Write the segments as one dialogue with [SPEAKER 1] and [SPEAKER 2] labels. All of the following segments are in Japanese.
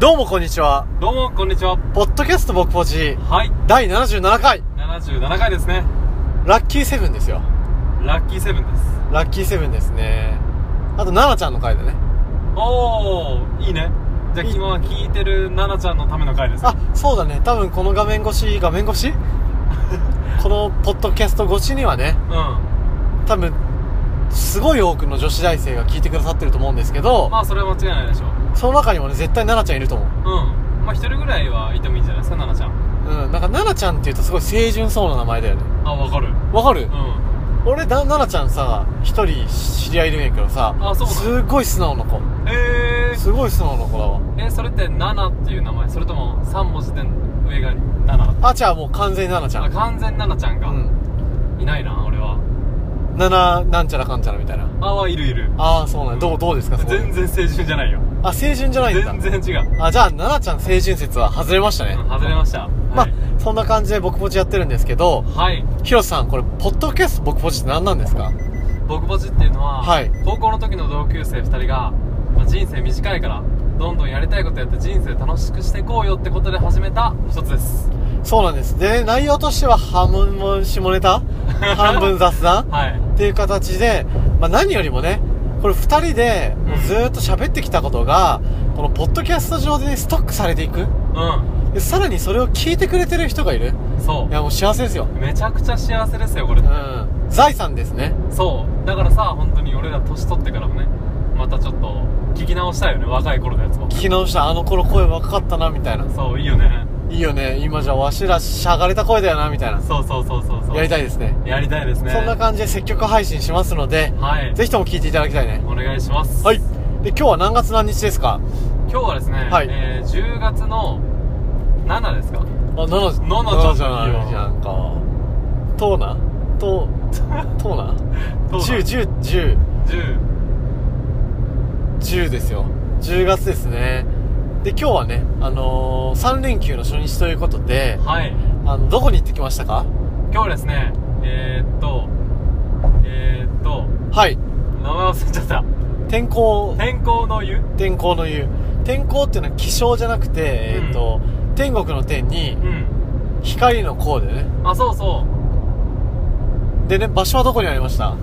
[SPEAKER 1] どうもこんにちは。
[SPEAKER 2] どうもこんにちは
[SPEAKER 1] ポッドキャスト僕ポジ
[SPEAKER 2] はい
[SPEAKER 1] 第77回、
[SPEAKER 2] 77回ですね
[SPEAKER 1] ラッキーセブンですよ。
[SPEAKER 2] ラッキーセブンです
[SPEAKER 1] ラッキーセブンですね。あと、奈々ちゃんの回だね。
[SPEAKER 2] おーいいねじゃあ
[SPEAKER 1] いい
[SPEAKER 2] 今は聞いてる奈々ちゃんのための回ですね
[SPEAKER 1] あ、そうだね。多分この画面越し、画面越し このポッドキャスト越しにはね、多分、すごい多くの女子大生が聞いてくださってると思うんですけ
[SPEAKER 2] う
[SPEAKER 1] ど
[SPEAKER 2] ん、まあそれは間違いないでしょう
[SPEAKER 1] その中にもね、絶対奈々ちゃんいると思う。
[SPEAKER 2] うんまあ一人ぐらいはいてもいいんじゃないですか奈々ち
[SPEAKER 1] うん。なんか奈々ちゃんって言うとすごい清純そうな名前だよね。
[SPEAKER 2] ゃんあわかる
[SPEAKER 1] わかる、
[SPEAKER 2] う
[SPEAKER 1] 俺、だ奈々ちゃんさ、一人知り合いいるんやけどさ、
[SPEAKER 2] あそうなん
[SPEAKER 1] すっごい素直な子。
[SPEAKER 2] んえー
[SPEAKER 1] すごい素直な子だわ。
[SPEAKER 2] えそれって奈々っていう名前それとも3文字で上が奈々
[SPEAKER 1] あ、じゃあもう完全に奈
[SPEAKER 2] あ
[SPEAKER 1] 々ち
[SPEAKER 2] 完全奈々ちゃん
[SPEAKER 1] ゃ
[SPEAKER 2] が、
[SPEAKER 1] ん。うん。
[SPEAKER 2] いないな俺は
[SPEAKER 1] 奈々なんちゃらかんちゃらみたいな。
[SPEAKER 2] あはいるいる
[SPEAKER 1] ああ、そうなんだ。どう、どうですか、そこ
[SPEAKER 2] 全然青春じゃないよ
[SPEAKER 1] あ、清純じゃないんだ。
[SPEAKER 2] 全然違う、
[SPEAKER 1] あ、じゃあ、奈々ちゃん清純説は外れましたね
[SPEAKER 2] う。ん、外れました
[SPEAKER 1] ま
[SPEAKER 2] は
[SPEAKER 1] あ
[SPEAKER 2] い、
[SPEAKER 1] そんな感じで僕ポチやってるんですけど、
[SPEAKER 2] はい
[SPEAKER 1] ヒロさん、これ、ポッドキャスト僕ポチって何なんですか
[SPEAKER 2] 僕ぼちっていうのは、
[SPEAKER 1] はい
[SPEAKER 2] 高校の時の同級生2人が、まあ、人生短いからどんどんやりたいことやって人生楽しくしていこうよってことで始めた一つです
[SPEAKER 1] そうなんです。で、内容としては半分下ネ タ半分雑談
[SPEAKER 2] はい
[SPEAKER 1] っていう形で、まあ、何よりもね、これ二人でもうずーっと喋ってきたことが、このポッドキャスト上でね、ストックされていく。
[SPEAKER 2] う
[SPEAKER 1] でさらにそれを聞いてくれてる人がいる
[SPEAKER 2] んそ
[SPEAKER 1] いやもう幸せですよ
[SPEAKER 2] うめちゃくちゃ幸せですよこれ、
[SPEAKER 1] うん財産ですね
[SPEAKER 2] そうだからさ本当に俺ら年取ってからもねまたちょっと聞き直したいよね若い頃のやつも
[SPEAKER 1] 聞き直したあの頃声若かったなみたいな
[SPEAKER 2] そういいよね
[SPEAKER 1] いいよね今じゃわしらしゃがれた声だよなみたいな
[SPEAKER 2] そうそうそうそうそう
[SPEAKER 1] やりた
[SPEAKER 2] い
[SPEAKER 1] いですね
[SPEAKER 2] やりたいですね
[SPEAKER 1] そんな感じで積極配信しますので
[SPEAKER 2] はい
[SPEAKER 1] ぜひとも聞いていただきたいね
[SPEAKER 2] お願いします
[SPEAKER 1] はいで今日は何月何日ですか
[SPEAKER 2] 今日はですね、
[SPEAKER 1] はい
[SPEAKER 2] えー、10月の7ですか
[SPEAKER 1] あ7じ
[SPEAKER 2] 七
[SPEAKER 1] 七
[SPEAKER 2] じ
[SPEAKER 1] じ
[SPEAKER 2] ゃ
[SPEAKER 1] ゃ
[SPEAKER 2] な
[SPEAKER 1] ないい
[SPEAKER 2] よ
[SPEAKER 1] じゃんかとうなと うとうな
[SPEAKER 2] そうだ
[SPEAKER 1] 10 10 10
[SPEAKER 2] 10
[SPEAKER 1] 10ですよ10月ですねで今日はねあのー、3連休の初日ということで
[SPEAKER 2] はい
[SPEAKER 1] あのどこに行ってきましたか
[SPEAKER 2] 今日ですねえー、っとえー、っと
[SPEAKER 1] はい
[SPEAKER 2] 名前忘れちゃった
[SPEAKER 1] 天候
[SPEAKER 2] 天候の湯
[SPEAKER 1] 天候の湯天候っていうのは気象じゃなくて、えっ、と天国の天に
[SPEAKER 2] うん
[SPEAKER 1] 光の光でね
[SPEAKER 2] あそうそ
[SPEAKER 1] でね場所はどこにありました
[SPEAKER 2] う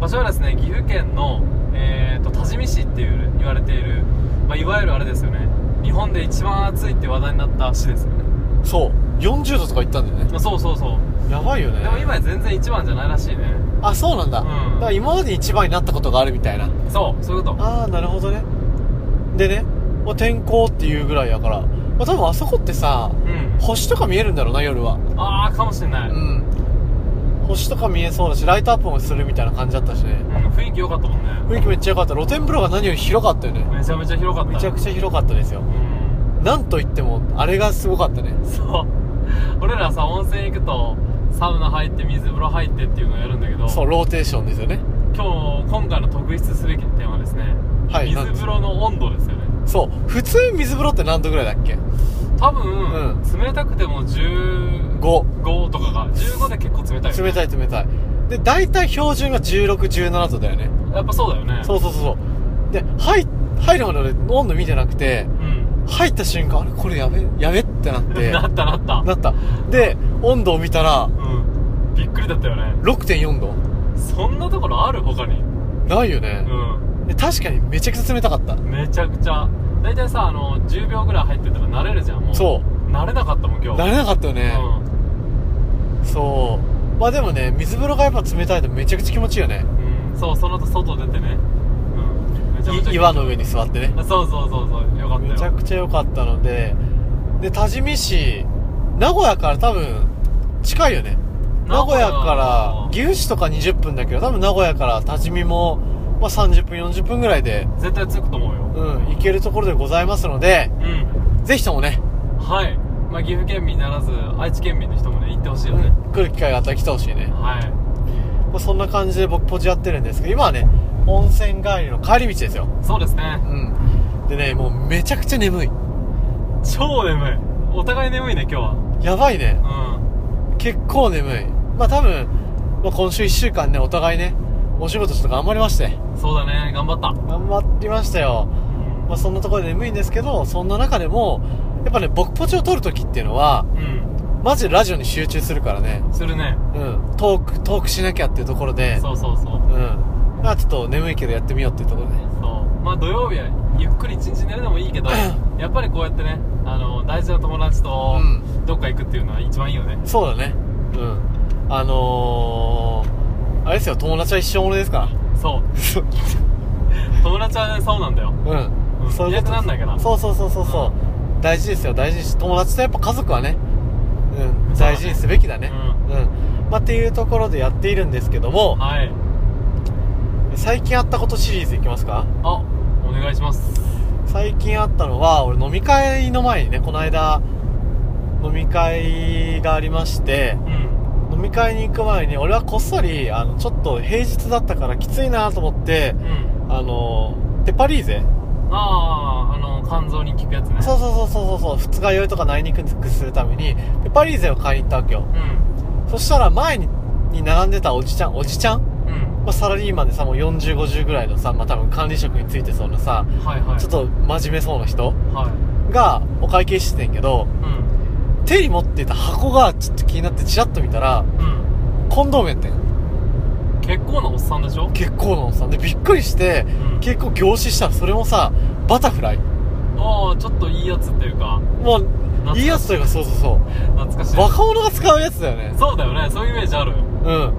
[SPEAKER 2] 場所はですね岐阜県のえー、っと多治見市っていう言われている、まあ、いわゆるあれですよね日本で一番暑いって話題になった市ですよね、
[SPEAKER 1] そう40度とか行ったんだよね
[SPEAKER 2] まあ、そうそうそう
[SPEAKER 1] やばいよね
[SPEAKER 2] でも今全然一番じゃないらしいね
[SPEAKER 1] あそうなんだ、
[SPEAKER 2] うん
[SPEAKER 1] だから今まで一番になったことがあるみたいな
[SPEAKER 2] そうそういうこと
[SPEAKER 1] ああなるほどねでね、まあ、天候っていうぐらいやから、まあ、多分あそこってさ
[SPEAKER 2] うん
[SPEAKER 1] 星とか見えるんだろうな夜は
[SPEAKER 2] ああかもしれない、うん
[SPEAKER 1] ん星とか見えそうだしライトアップもするみたいな感じだったしね
[SPEAKER 2] 雰囲気良かったもんね
[SPEAKER 1] 雰囲気めっちゃ良かった露天風呂が何より広かったよね
[SPEAKER 2] めちゃめちゃ広かった
[SPEAKER 1] めちゃくちゃ広かったですよ
[SPEAKER 2] うん
[SPEAKER 1] なんといってもあれがすごかったね
[SPEAKER 2] そう俺らさ温泉行くとサウナ入って水風呂入ってっていうのをやるんだけど
[SPEAKER 1] そうローテーションですよね
[SPEAKER 2] 今日今回の特筆すべきテーマはですね、
[SPEAKER 1] はい
[SPEAKER 2] 水風呂の温度ですよね
[SPEAKER 1] そう普通水風呂って何度ぐらいだっけ
[SPEAKER 2] 多分、
[SPEAKER 1] う
[SPEAKER 2] 冷たくても15
[SPEAKER 1] 5
[SPEAKER 2] とかが15で結構冷たいよね
[SPEAKER 1] 冷たい冷たいで大体標準が1617度だよね
[SPEAKER 2] やっぱそうだよね
[SPEAKER 1] そううそうそうそうで入入るまで俺温度見てなくて
[SPEAKER 2] うん
[SPEAKER 1] 入った瞬間あれこれやべやべってなって
[SPEAKER 2] なったなった
[SPEAKER 1] なったで温度を見たら
[SPEAKER 2] うんびっくりだったよね
[SPEAKER 1] 6.4度
[SPEAKER 2] そんなところある他に
[SPEAKER 1] ないよね、
[SPEAKER 2] う
[SPEAKER 1] で確かにめちゃくちゃ冷たかった
[SPEAKER 2] んめちゃくちゃ大体さあの10秒ぐらい入ってたら慣れるじゃんもう
[SPEAKER 1] そう
[SPEAKER 2] 慣れなかったもん今日
[SPEAKER 1] 慣れなかったよね、
[SPEAKER 2] うん
[SPEAKER 1] そうまあでもね水風呂がやっぱ冷たいとめちゃくちゃ気持ちいいよね
[SPEAKER 2] うんそうその後外出てねうんめちゃめちゃ
[SPEAKER 1] い岩の上に座ってね
[SPEAKER 2] あそうそうそうそうよかったよ
[SPEAKER 1] めちゃくちゃ良かったのでで多治見市名古屋から多分近いよね名古屋から岐阜市とか20分だけど多分名古屋から多治見も、まあ、30分40分ぐらいで
[SPEAKER 2] 絶対着くと思うよ
[SPEAKER 1] うん行けるところでございますので
[SPEAKER 2] うん
[SPEAKER 1] ぜひともね
[SPEAKER 2] はい、まあ、岐阜県民ならず愛知県民の人もね行ってほしいよね、
[SPEAKER 1] 来る機会があったら来てほしいね、
[SPEAKER 2] はい
[SPEAKER 1] まあ、そんな感じで僕ポジやってるんですけど今はね温泉帰りの帰り道ですよ
[SPEAKER 2] そうですね
[SPEAKER 1] うんでねもうめちゃくちゃ眠い
[SPEAKER 2] 超眠いお互い眠いね今日
[SPEAKER 1] やばいね
[SPEAKER 2] は
[SPEAKER 1] 結構眠いまあ多分、まあ、今週1週間ねお互いねお仕事ちょっと頑張りまして
[SPEAKER 2] うんそうだね頑張った
[SPEAKER 1] 頑張りましたよ、ままあ、そんなところで眠いんですけどそんな中でもやっぱね僕ポチを撮るときっていうのは
[SPEAKER 2] うん
[SPEAKER 1] マジでラジオに集中するからね
[SPEAKER 2] するね
[SPEAKER 1] うんトークトークしなきゃっていうところで
[SPEAKER 2] そうそうそう
[SPEAKER 1] うんまあちょっと眠いけどやってみようっていうところで
[SPEAKER 2] そうまあ土曜日はゆっくり一日寝るのもいいけどやっぱりこうやってねあの大事な友達と
[SPEAKER 1] うん
[SPEAKER 2] どっか行くっていうのは一番いいよね、
[SPEAKER 1] そうだねうんあのー、あれですよ友達は一生ものですから
[SPEAKER 2] そう友達はねそうなんだよ
[SPEAKER 1] うん、
[SPEAKER 2] うん
[SPEAKER 1] そういうこと
[SPEAKER 2] いなくなんないから
[SPEAKER 1] そうそうそうそうそう、大事ですよ大事です友達とやっぱ家族はね、うん、
[SPEAKER 2] そうだね
[SPEAKER 1] 大事にすべきだね
[SPEAKER 2] う
[SPEAKER 1] うん、まあ、っていうところでやっているんですけども
[SPEAKER 2] はい
[SPEAKER 1] 最近あったことシリーズいきますか
[SPEAKER 2] あお願いします
[SPEAKER 1] 最近あったのは俺飲み会の前にねこの間飲み会がありまして
[SPEAKER 2] うん
[SPEAKER 1] 飲み会に行く前に俺はこっそりあのちょっと平日だったからきついなと思って
[SPEAKER 2] うん
[SPEAKER 1] あのテパリーゼ
[SPEAKER 2] あああの肝臓に効くやつね
[SPEAKER 1] そうそうそうそうそう二日酔いとか内肉くするためにペパリーゼを買いに行ったわけよ
[SPEAKER 2] うん
[SPEAKER 1] そしたら前にに並んでたおじちゃんおじちゃん、ま
[SPEAKER 2] うん
[SPEAKER 1] あ、サラリーマンでさもう4050ぐらいのさ、まあ、多分管理職についてそうなさ
[SPEAKER 2] はいはい
[SPEAKER 1] ちょっと真面目そうな人
[SPEAKER 2] はい
[SPEAKER 1] がお会計してんけど
[SPEAKER 2] うん
[SPEAKER 1] 手に持っていた箱がちょっと気になってチラッと見たら
[SPEAKER 2] うん
[SPEAKER 1] コンドームやってん
[SPEAKER 2] 結構なおっさんでしょ、
[SPEAKER 1] 結構なおっさんでびっくりして
[SPEAKER 2] うん、
[SPEAKER 1] 結構凝視したらそれもさバタフライ
[SPEAKER 2] ああちょっといいやつっていうか
[SPEAKER 1] もう
[SPEAKER 2] 懐かしい
[SPEAKER 1] いいやつというかそうそうそ
[SPEAKER 2] 懐かしいう
[SPEAKER 1] 若者が使うやつだよね
[SPEAKER 2] そうだよねそういうイメージある
[SPEAKER 1] うん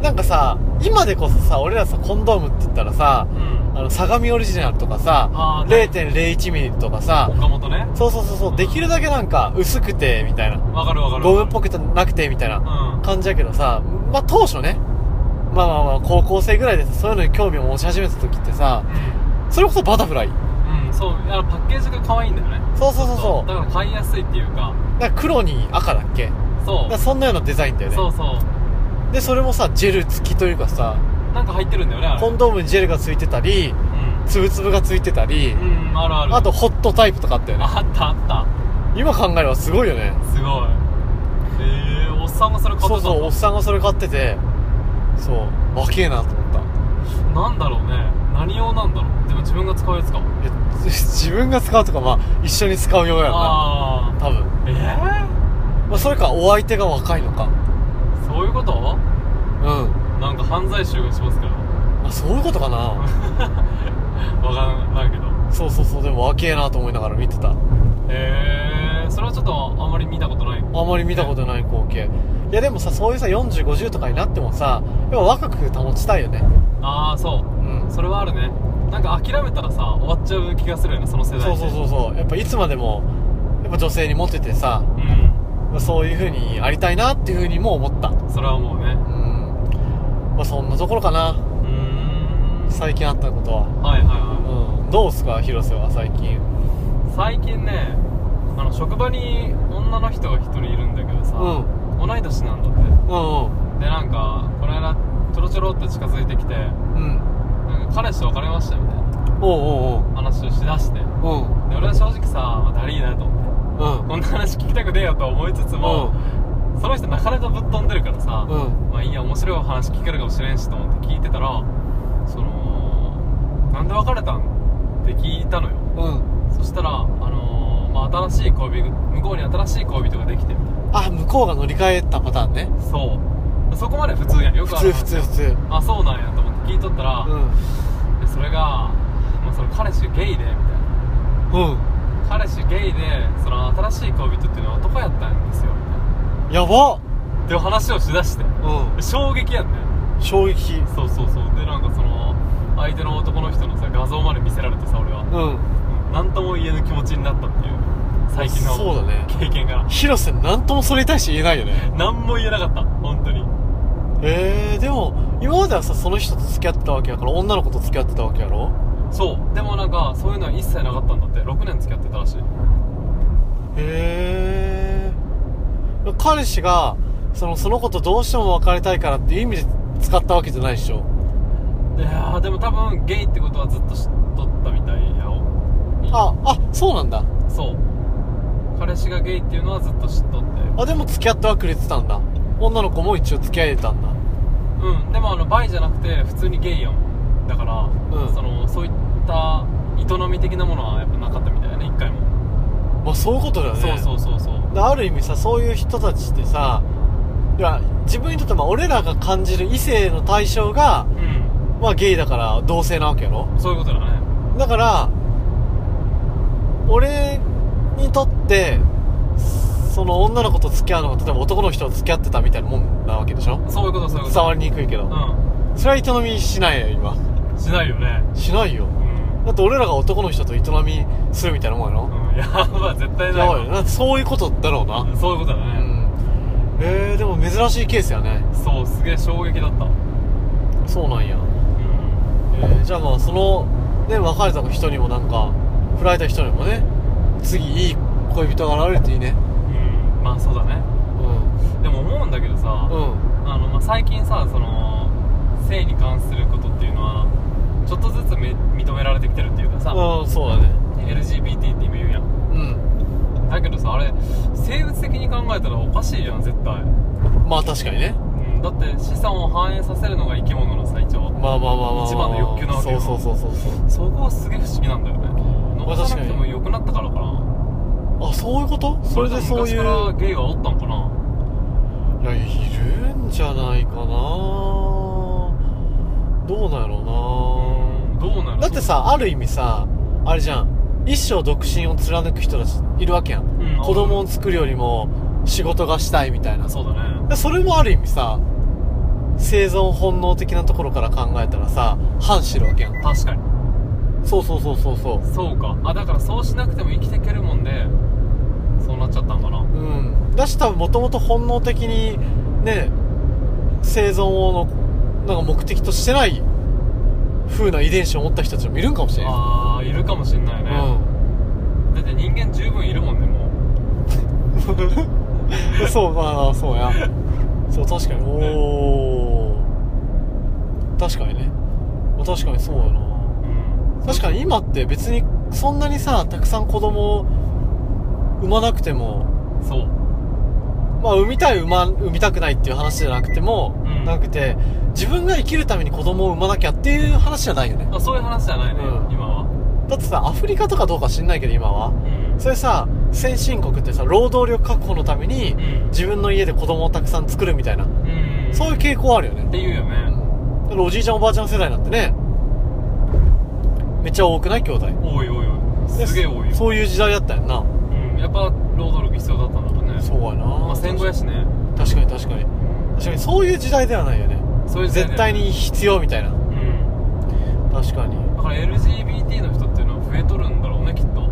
[SPEAKER 1] なんかさ今でこそさ俺らさコンドームって言ったらさ
[SPEAKER 2] うん
[SPEAKER 1] あの相模オリジナルとかさ
[SPEAKER 2] あーね
[SPEAKER 1] 0.01ミリとかさ
[SPEAKER 2] 岡本ね
[SPEAKER 1] そうそうそうそうできるだけなんか薄くてみたいな
[SPEAKER 2] わかるわかる
[SPEAKER 1] ゴムっぽくてなくてみたいな
[SPEAKER 2] うん
[SPEAKER 1] 感じやけどさまあ当初ねまあまあまあ高校生ぐらいでさそういうのに興味を持ち始めた時ってさそれこそバタフライ
[SPEAKER 2] うん、うん、そうあのパッケージが可愛いんだよね
[SPEAKER 1] そうそうそうそ
[SPEAKER 2] だから買いやすいっていうか
[SPEAKER 1] うなんか黒に赤だっけ
[SPEAKER 2] そ
[SPEAKER 1] なん
[SPEAKER 2] う
[SPEAKER 1] かそんなようなデザインだよね
[SPEAKER 2] そうそう
[SPEAKER 1] でそれもさジェル付きというかさ
[SPEAKER 2] なんか入ってるんだよねあれ
[SPEAKER 1] コンドームにジェルが付いてたりつぶつぶがついてたり、
[SPEAKER 2] うん、うん、あるある
[SPEAKER 1] あとホットタイプとかあったよね
[SPEAKER 2] あったあった
[SPEAKER 1] 今考えればすごいよね
[SPEAKER 2] すごいえー、おっさんがそれ買ってた
[SPEAKER 1] そ
[SPEAKER 2] ん
[SPEAKER 1] う
[SPEAKER 2] だ
[SPEAKER 1] そうおっさんがそれ買っててそう若えなと思った
[SPEAKER 2] なんだろうね何用なんだろうでも自分が使うやつか
[SPEAKER 1] いや 自分が使うとかまあ一緒に使うようやろな
[SPEAKER 2] あ
[SPEAKER 1] 多分、
[SPEAKER 2] あえー、
[SPEAKER 1] まあ、それかお相手が若いのか
[SPEAKER 2] そういうこと
[SPEAKER 1] うん、ま
[SPEAKER 2] なんか犯罪集がしますけど
[SPEAKER 1] あ、そういうことかな
[SPEAKER 2] わかんないけど
[SPEAKER 1] そうそうそうでも若えなと思いながら見てたあ
[SPEAKER 2] へえー、それはちょっとあんまり見たことない
[SPEAKER 1] んまり見たことない光景いやでもさそういうさ4050とかになってもさやっぱ若く保ちたいよね
[SPEAKER 2] ああそううんそれはあるねなんか諦めたらさ終わっちゃう気がするよねその世代
[SPEAKER 1] そうそうそううそうやっぱいつまでもやっぱ女性にモテてさ
[SPEAKER 2] ううん
[SPEAKER 1] そういう風にありたいなっていう風にも思った
[SPEAKER 2] それはもうね
[SPEAKER 1] うんまあそんなところかな
[SPEAKER 2] うーん
[SPEAKER 1] 最近あったことは
[SPEAKER 2] はいはいは
[SPEAKER 1] うんどうっすか広瀬は最近
[SPEAKER 2] い最近ねあの職場に女の人が一人いるんだけどさ、
[SPEAKER 1] う
[SPEAKER 2] 同い年なんだっ
[SPEAKER 1] うん
[SPEAKER 2] てでなんかこの間ちょろちょろって近づいてきて
[SPEAKER 1] うんうん
[SPEAKER 2] なんか彼氏と別れましたみたいな
[SPEAKER 1] おうおう
[SPEAKER 2] 話をしだしてで
[SPEAKER 1] おう
[SPEAKER 2] 俺は正直さ、まあ、だりーなと思って
[SPEAKER 1] うんうん
[SPEAKER 2] こんな話聞きたくねえよと思いつつも、その人なかなかぶっ飛んでるからさ、
[SPEAKER 1] うん
[SPEAKER 2] まあいいや面白い話聞けるかもしれんしと思って聞いてたらそのなんで別れたんって聞いたのよ
[SPEAKER 1] うん
[SPEAKER 2] そしたら、あのーまあ、新しい恋人向こうに新しい恋人ができてみたい
[SPEAKER 1] あ向こうが乗り換えたパターンね
[SPEAKER 2] なそうそこまで普通やんよ
[SPEAKER 1] 普
[SPEAKER 2] くある
[SPEAKER 1] 通普通普通
[SPEAKER 2] あそうなんやと思って聞いとったら、
[SPEAKER 1] うん
[SPEAKER 2] でそれが、まあ、その彼氏ゲイでみたいな
[SPEAKER 1] うん
[SPEAKER 2] 彼氏ゲイでその新しい恋人っていうのは男やったんですよみたいな
[SPEAKER 1] やばっ
[SPEAKER 2] っていう話をしだして
[SPEAKER 1] う
[SPEAKER 2] 衝撃やんね
[SPEAKER 1] ん衝撃
[SPEAKER 2] そうそうそうでなんかその相手の男の人のさ画像まで見せられてさ俺は
[SPEAKER 1] うん
[SPEAKER 2] 何とも言えぬ気持ちになったっていう最近の
[SPEAKER 1] そうだね
[SPEAKER 2] 経験から
[SPEAKER 1] 広瀬なんともそれに対して言えないよね
[SPEAKER 2] 何も言えなかった本当に
[SPEAKER 1] えー、でも今まではさその人と付き合ってたわけやから女の子と付き合ってたわけやろ
[SPEAKER 2] そうでもなんかそういうのは一切なかったんだって6年付き合ってたらしい
[SPEAKER 1] へえ彼氏がそのその子とどうしても別れたいからっていう意味で使ったわけじゃないでしょ
[SPEAKER 2] いやーでも多分ゲイってことはずっと知っとったみたいやよ
[SPEAKER 1] ああそうなんだ
[SPEAKER 2] そう彼氏がゲイっていうのはずっと知っとって
[SPEAKER 1] あでも付き合ってはくれてたんだ女の子も一応付き合えてたんだ
[SPEAKER 2] うんでもあのバイじゃなくて普通にゲイやもんだから、
[SPEAKER 1] うん
[SPEAKER 2] そのそういった営み的なものはやっぱなかったみたいだね一回も、
[SPEAKER 1] まあそういうことだよね
[SPEAKER 2] そうそうそうそう
[SPEAKER 1] である意味さそういう人たちってさいや自分にとってまあ俺らが感じる異性の対象が
[SPEAKER 2] うん
[SPEAKER 1] まあゲイだから同性なわけやろ
[SPEAKER 2] そういうことだね
[SPEAKER 1] だから俺にとってその女の子と付き合うのが例えば男の人と付き合ってたみたいなもんなわけでしょ
[SPEAKER 2] そういうことそういうこと
[SPEAKER 1] 伝わりにくいけど、それは営みしないよ今
[SPEAKER 2] うんしないよね
[SPEAKER 1] しないよ
[SPEAKER 2] うん、
[SPEAKER 1] だって俺らが男の人と営みするみたいなもんやろ、
[SPEAKER 2] うん、やばい絶対な
[SPEAKER 1] や
[SPEAKER 2] い
[SPEAKER 1] ばいよなそういうことだろうな
[SPEAKER 2] そういうことだ
[SPEAKER 1] う
[SPEAKER 2] ね、
[SPEAKER 1] んえー、でも珍しいケースやね
[SPEAKER 2] そうすげえ衝撃だった
[SPEAKER 1] そうなんや、
[SPEAKER 2] うん
[SPEAKER 1] えー、じゃあまあそのね別れた人にもなんか振られた人にもね次いい恋人が現れるといいね
[SPEAKER 2] うんまあそうだね
[SPEAKER 1] うん
[SPEAKER 2] でも思うんだけどさ、
[SPEAKER 1] うん
[SPEAKER 2] あのまあ、最近さその性に関することっていうのはちょっとずつめ認められてきてるっていうかさ、
[SPEAKER 1] うんそうだね
[SPEAKER 2] LGBT って今言うやん
[SPEAKER 1] うん
[SPEAKER 2] だけどさあれ生物的に考えたらおかしいやん絶対、
[SPEAKER 1] まあ確かにね
[SPEAKER 2] うん、だって資産を反映させるのが生き物の最長
[SPEAKER 1] まあまあまあまあ、まあ、
[SPEAKER 2] 一番の欲求なわけ
[SPEAKER 1] そう
[SPEAKER 2] よ
[SPEAKER 1] そうそうそうそう
[SPEAKER 2] そこはすげえ不思議なんだよね残さなくても良くなったからかな
[SPEAKER 1] あそういうことそれでそうい
[SPEAKER 2] 昔から
[SPEAKER 1] う
[SPEAKER 2] ゲイがおったんかない
[SPEAKER 1] やいるんじゃないかなどうなんやろ
[SPEAKER 2] うんどうな
[SPEAKER 1] う
[SPEAKER 2] る
[SPEAKER 1] なだってさある意味さあれじゃん一生独身を貫く人たちいるわけやん、
[SPEAKER 2] うん
[SPEAKER 1] 子供を作るよりも仕事がしたいみたいな
[SPEAKER 2] そうだね
[SPEAKER 1] でそれもある意味さ生存本能的なところから考えたらさ反してるわけやん
[SPEAKER 2] 確かに
[SPEAKER 1] そうそうそうそうそ
[SPEAKER 2] そうかあだからそうしなくても生きていけるもんでそうなっちゃったんかな
[SPEAKER 1] ううんだし多分もともと本能的にね生存をのなんか目的としてない風な遺伝子を持った人たちもいるんかもしれない
[SPEAKER 2] あーいるかもしんないね、だって人間十分いるもんねも
[SPEAKER 1] うん そうまあそうやそう確かにおー確かにねまあ確かにそうやな
[SPEAKER 2] う、うん、
[SPEAKER 1] 確かに今って別にそんなにさたくさん子供を産まなくても
[SPEAKER 2] そう
[SPEAKER 1] まあ産みたい産,、ま、産みたくないっていう話じゃなくても、
[SPEAKER 2] うん
[SPEAKER 1] なくて自分が生きるために子供を産まなきゃっていう話じゃないよね
[SPEAKER 2] あそういう話じゃないね、
[SPEAKER 1] うん
[SPEAKER 2] 今は
[SPEAKER 1] だってさアフリカとかどうか知んないけど今は
[SPEAKER 2] うん
[SPEAKER 1] それさ先進国ってさ労働力確保のために
[SPEAKER 2] うん
[SPEAKER 1] 自分の家で子供をたくさん作るみたいな
[SPEAKER 2] うん
[SPEAKER 1] そういう傾向あるよね
[SPEAKER 2] っていうよ
[SPEAKER 1] う
[SPEAKER 2] ね、
[SPEAKER 1] んだからおじいちゃんおばあちゃん世代なんてねめっちゃ多くない兄弟
[SPEAKER 2] 多い多い多いすげえ多いよ
[SPEAKER 1] そういう時代だったよな
[SPEAKER 2] うん、やっぱ労働力必要だったんだろうね
[SPEAKER 1] そうやな、
[SPEAKER 2] まあ戦後やしね
[SPEAKER 1] 確かに確かに確かにそういう時代ではないよね
[SPEAKER 2] そういう時代
[SPEAKER 1] 絶
[SPEAKER 2] だ
[SPEAKER 1] 対
[SPEAKER 2] よね
[SPEAKER 1] に必要みたいな
[SPEAKER 2] うん
[SPEAKER 1] 確かに
[SPEAKER 2] だから LGBT の人っていうのは増えとるんだろうねきっと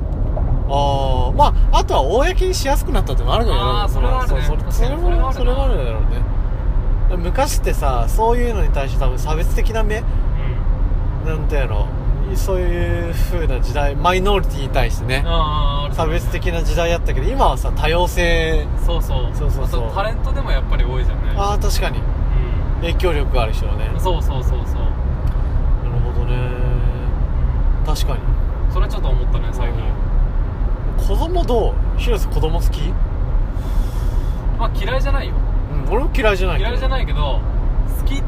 [SPEAKER 1] ああまああとは公にしやすくなったってのもあるのよ
[SPEAKER 2] あーそれはあるね
[SPEAKER 1] そうそれそれ
[SPEAKER 2] 確か
[SPEAKER 1] もそ
[SPEAKER 2] にそ
[SPEAKER 1] れ
[SPEAKER 2] れ
[SPEAKER 1] は
[SPEAKER 2] は
[SPEAKER 1] あ
[SPEAKER 2] あ
[SPEAKER 1] る
[SPEAKER 2] る
[SPEAKER 1] だろうね昔ってさそういうのに対して多分差別的な目
[SPEAKER 2] うん
[SPEAKER 1] なんていうのそういう風な時代マイノリティに対してね
[SPEAKER 2] あーある
[SPEAKER 1] 差別的な時代やったけど今はさ多様性
[SPEAKER 2] そうそう
[SPEAKER 1] そうそうそう
[SPEAKER 2] あとタレントでもやっぱり多いじゃんね
[SPEAKER 1] ああ確かに影響力がある人はねな
[SPEAKER 2] う
[SPEAKER 1] る
[SPEAKER 2] ん、そうそうそうそう
[SPEAKER 1] ほどね確かに
[SPEAKER 2] それちょっと思ったね最近
[SPEAKER 1] 子供どう広瀬子供好き、
[SPEAKER 2] まあ嫌いじゃないよ
[SPEAKER 1] うん、俺も嫌いじゃないけど
[SPEAKER 2] 嫌いじゃないけど好きって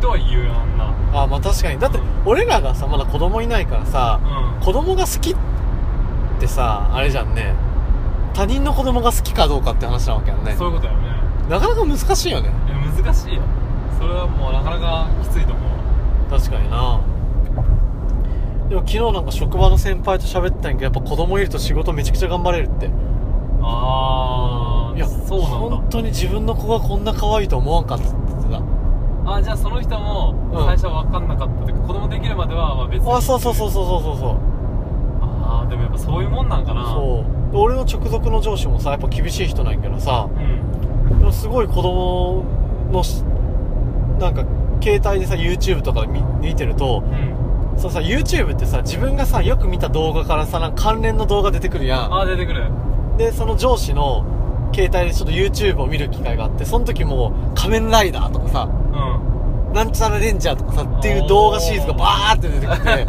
[SPEAKER 2] とは言うよあんな
[SPEAKER 1] あまあ確かにだって俺らがさまだ子供いないからさ、
[SPEAKER 2] うん
[SPEAKER 1] 子供が好きってさあれじゃんね他人の子供が好きかどうかって話なわけやんね
[SPEAKER 2] そういうことだよね
[SPEAKER 1] なかなか難しいよね
[SPEAKER 2] いや難しいよそれはもうなかなかきついと思う
[SPEAKER 1] 確かになでも昨日なんか職場の先輩と喋ってたんやけどやっぱ子供いると仕事めちゃくちゃ頑張れるって
[SPEAKER 2] ああ
[SPEAKER 1] いや
[SPEAKER 2] そうなん
[SPEAKER 1] 本当に自分の子がこんな可愛いと思わんかったって言ってた
[SPEAKER 2] だあーじゃあその人も
[SPEAKER 1] うん
[SPEAKER 2] 最初は分かんなかったというか、子供できるまではまあ別に
[SPEAKER 1] あそうそうそう
[SPEAKER 2] う
[SPEAKER 1] そうそうそうそう
[SPEAKER 2] ああでもやっぱそういうもんなんかな
[SPEAKER 1] そう俺の直属の上司もさやっぱ厳しい人なんやけどさ
[SPEAKER 2] うん
[SPEAKER 1] でもすごい子供のしなんか携帯でさ YouTube とか見見てると
[SPEAKER 2] うん
[SPEAKER 1] そうさ YouTube ってさ自分がさよく見た動画からさなんか関連の動画出てくるや
[SPEAKER 2] ああ出てくる
[SPEAKER 1] んでその上司の携帯でちょっと YouTube を見る機会があってその時もう「仮面ライダー」とかさ「
[SPEAKER 2] う
[SPEAKER 1] なんちゃらレンジャー」とかさっていう動画シリーズがバーって出てき て
[SPEAKER 2] ん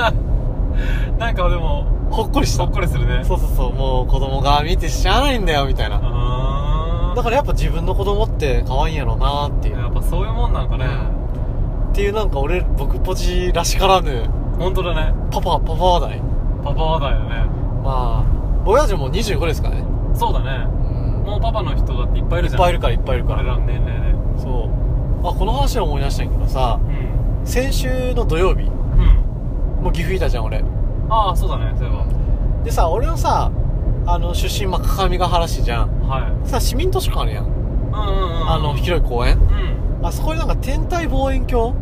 [SPEAKER 2] なんかでも
[SPEAKER 1] ほっこりした
[SPEAKER 2] ほっこりするね
[SPEAKER 1] そうそうそうもう子供が見てしゃあないんだよみたいな
[SPEAKER 2] あ
[SPEAKER 1] だ
[SPEAKER 2] だ
[SPEAKER 1] か
[SPEAKER 2] から
[SPEAKER 1] やっぱ自分の子供って可愛いんやろうなーっていう、
[SPEAKER 2] らやっぱそういうもんなんかね
[SPEAKER 1] っていうなんか俺僕ポジらしからぬ
[SPEAKER 2] 本当だね
[SPEAKER 1] パパパパだい
[SPEAKER 2] パパ話だよね
[SPEAKER 1] まあ親父も25ですからね
[SPEAKER 2] そうだね
[SPEAKER 1] うん
[SPEAKER 2] もうパパの人だっていっぱいい
[SPEAKER 1] い
[SPEAKER 2] る
[SPEAKER 1] っ
[SPEAKER 2] じゃん
[SPEAKER 1] ぱいいるからいっぱいいるか
[SPEAKER 2] 俺ら
[SPEAKER 1] ら
[SPEAKER 2] の年齢で
[SPEAKER 1] そうあこの話は思い出したんやけどさ
[SPEAKER 2] うん
[SPEAKER 1] 先週の土曜日
[SPEAKER 2] うん
[SPEAKER 1] もう岐阜いたじゃん俺
[SPEAKER 2] ああそうだねそういえ
[SPEAKER 1] でさ俺はさあの出身まあ各務原市じゃん
[SPEAKER 2] ばはい
[SPEAKER 1] さ市民図書館あるやん
[SPEAKER 2] うんうんうん
[SPEAKER 1] あの広い公園
[SPEAKER 2] うん
[SPEAKER 1] あそこになんか天体望遠鏡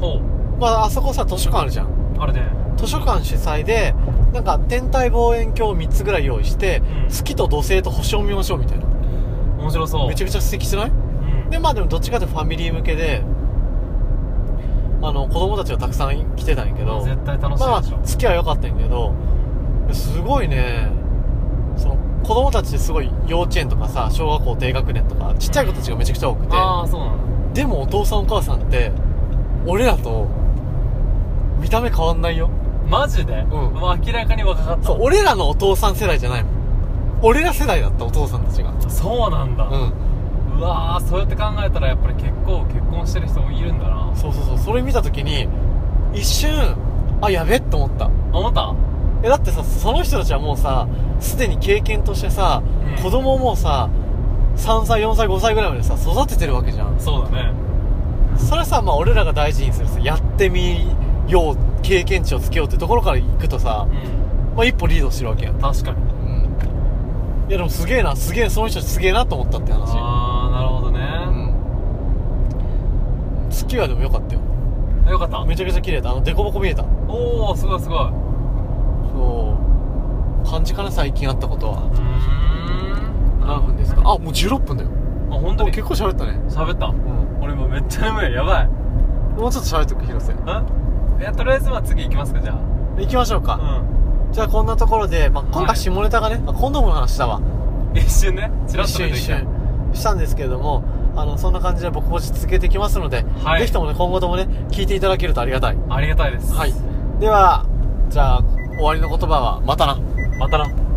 [SPEAKER 2] ほ
[SPEAKER 1] まああそこさ図書館あるじゃん
[SPEAKER 2] うあれね
[SPEAKER 1] 図書館主催でなんか天体望遠鏡を3つぐらい用意して、
[SPEAKER 2] うん
[SPEAKER 1] 月と土星と星を見ましょうみたいな
[SPEAKER 2] 面白そう
[SPEAKER 1] めちゃくちゃ素敵じゃない
[SPEAKER 2] うん
[SPEAKER 1] でまあでもどっちかってファミリー向けであの子供たちがたくさん来てたんやけど
[SPEAKER 2] 絶対楽し
[SPEAKER 1] まあ
[SPEAKER 2] いでしょ、
[SPEAKER 1] 月は良かったんやけどすごいねその子供たちってすごい幼稚園とかさ小学校低学年とかちっちゃい子たちがめちゃくちゃ多くて
[SPEAKER 2] ああそうなん
[SPEAKER 1] でもお父さんお母さんって俺らと見た目変わんないよ
[SPEAKER 2] だマジで、
[SPEAKER 1] ん
[SPEAKER 2] もう明らかに若かった
[SPEAKER 1] そう俺らのお父さん世代じゃないもん俺ら世代だったお父さんたちが
[SPEAKER 2] そうなんだ、
[SPEAKER 1] うん
[SPEAKER 2] うわーそうやって考えたらやっぱり結構結婚してる人もいるんだな
[SPEAKER 1] そうそうそうそれ見た時に一瞬あやべって思った
[SPEAKER 2] 思った
[SPEAKER 1] えだってさその人たちはもうさすでに経験としてさ、
[SPEAKER 2] うん
[SPEAKER 1] 子供をもうさ3歳4歳5歳ぐらいまでさ育ててるわけじゃん
[SPEAKER 2] そうだね
[SPEAKER 1] それはさまあ俺らが大事にするさやってみよう経験値をつけようってところから行くとさ、
[SPEAKER 2] う
[SPEAKER 1] まあ、一歩リードしてるわけやん
[SPEAKER 2] ん確かに
[SPEAKER 1] うんいやでもすげえなすげえその人たちすげえなと思ったって話
[SPEAKER 2] ああなるほど
[SPEAKER 1] う
[SPEAKER 2] ね、
[SPEAKER 1] ん月はでもよかったよ
[SPEAKER 2] あよかった
[SPEAKER 1] めちゃくちゃ綺麗だあの凸凹見えた
[SPEAKER 2] おおすごいすごいう
[SPEAKER 1] そう感じかな最近あったことは
[SPEAKER 2] ーん
[SPEAKER 1] 何分ですか
[SPEAKER 2] あ
[SPEAKER 1] あもう16分だよ
[SPEAKER 2] 本当に
[SPEAKER 1] 結構喋ったね
[SPEAKER 2] 喋った
[SPEAKER 1] うん
[SPEAKER 2] 俺もうめっちゃ眠いやばい
[SPEAKER 1] もうちょっと喋っとく広瀬
[SPEAKER 2] んいやとりあえずまあ次行きますかじゃ
[SPEAKER 1] 行きましょう
[SPEAKER 2] あ
[SPEAKER 1] か、
[SPEAKER 2] う
[SPEAKER 1] じゃあこんなところで、まあ、今
[SPEAKER 2] はい
[SPEAKER 1] 回下ネタがね、あコンドームの話だわ
[SPEAKER 2] ん一瞬ねチラ
[SPEAKER 1] 一
[SPEAKER 2] ッ
[SPEAKER 1] 瞬
[SPEAKER 2] と出て
[SPEAKER 1] 一
[SPEAKER 2] きた
[SPEAKER 1] 瞬したんですけれどもあのそんな感じで僕も続けていきますので、
[SPEAKER 2] はい
[SPEAKER 1] ぜひともね今後ともね聞いていただけるとありがたい
[SPEAKER 2] ありがたいです
[SPEAKER 1] はいではじゃあ終わりの言葉はまたな
[SPEAKER 2] またな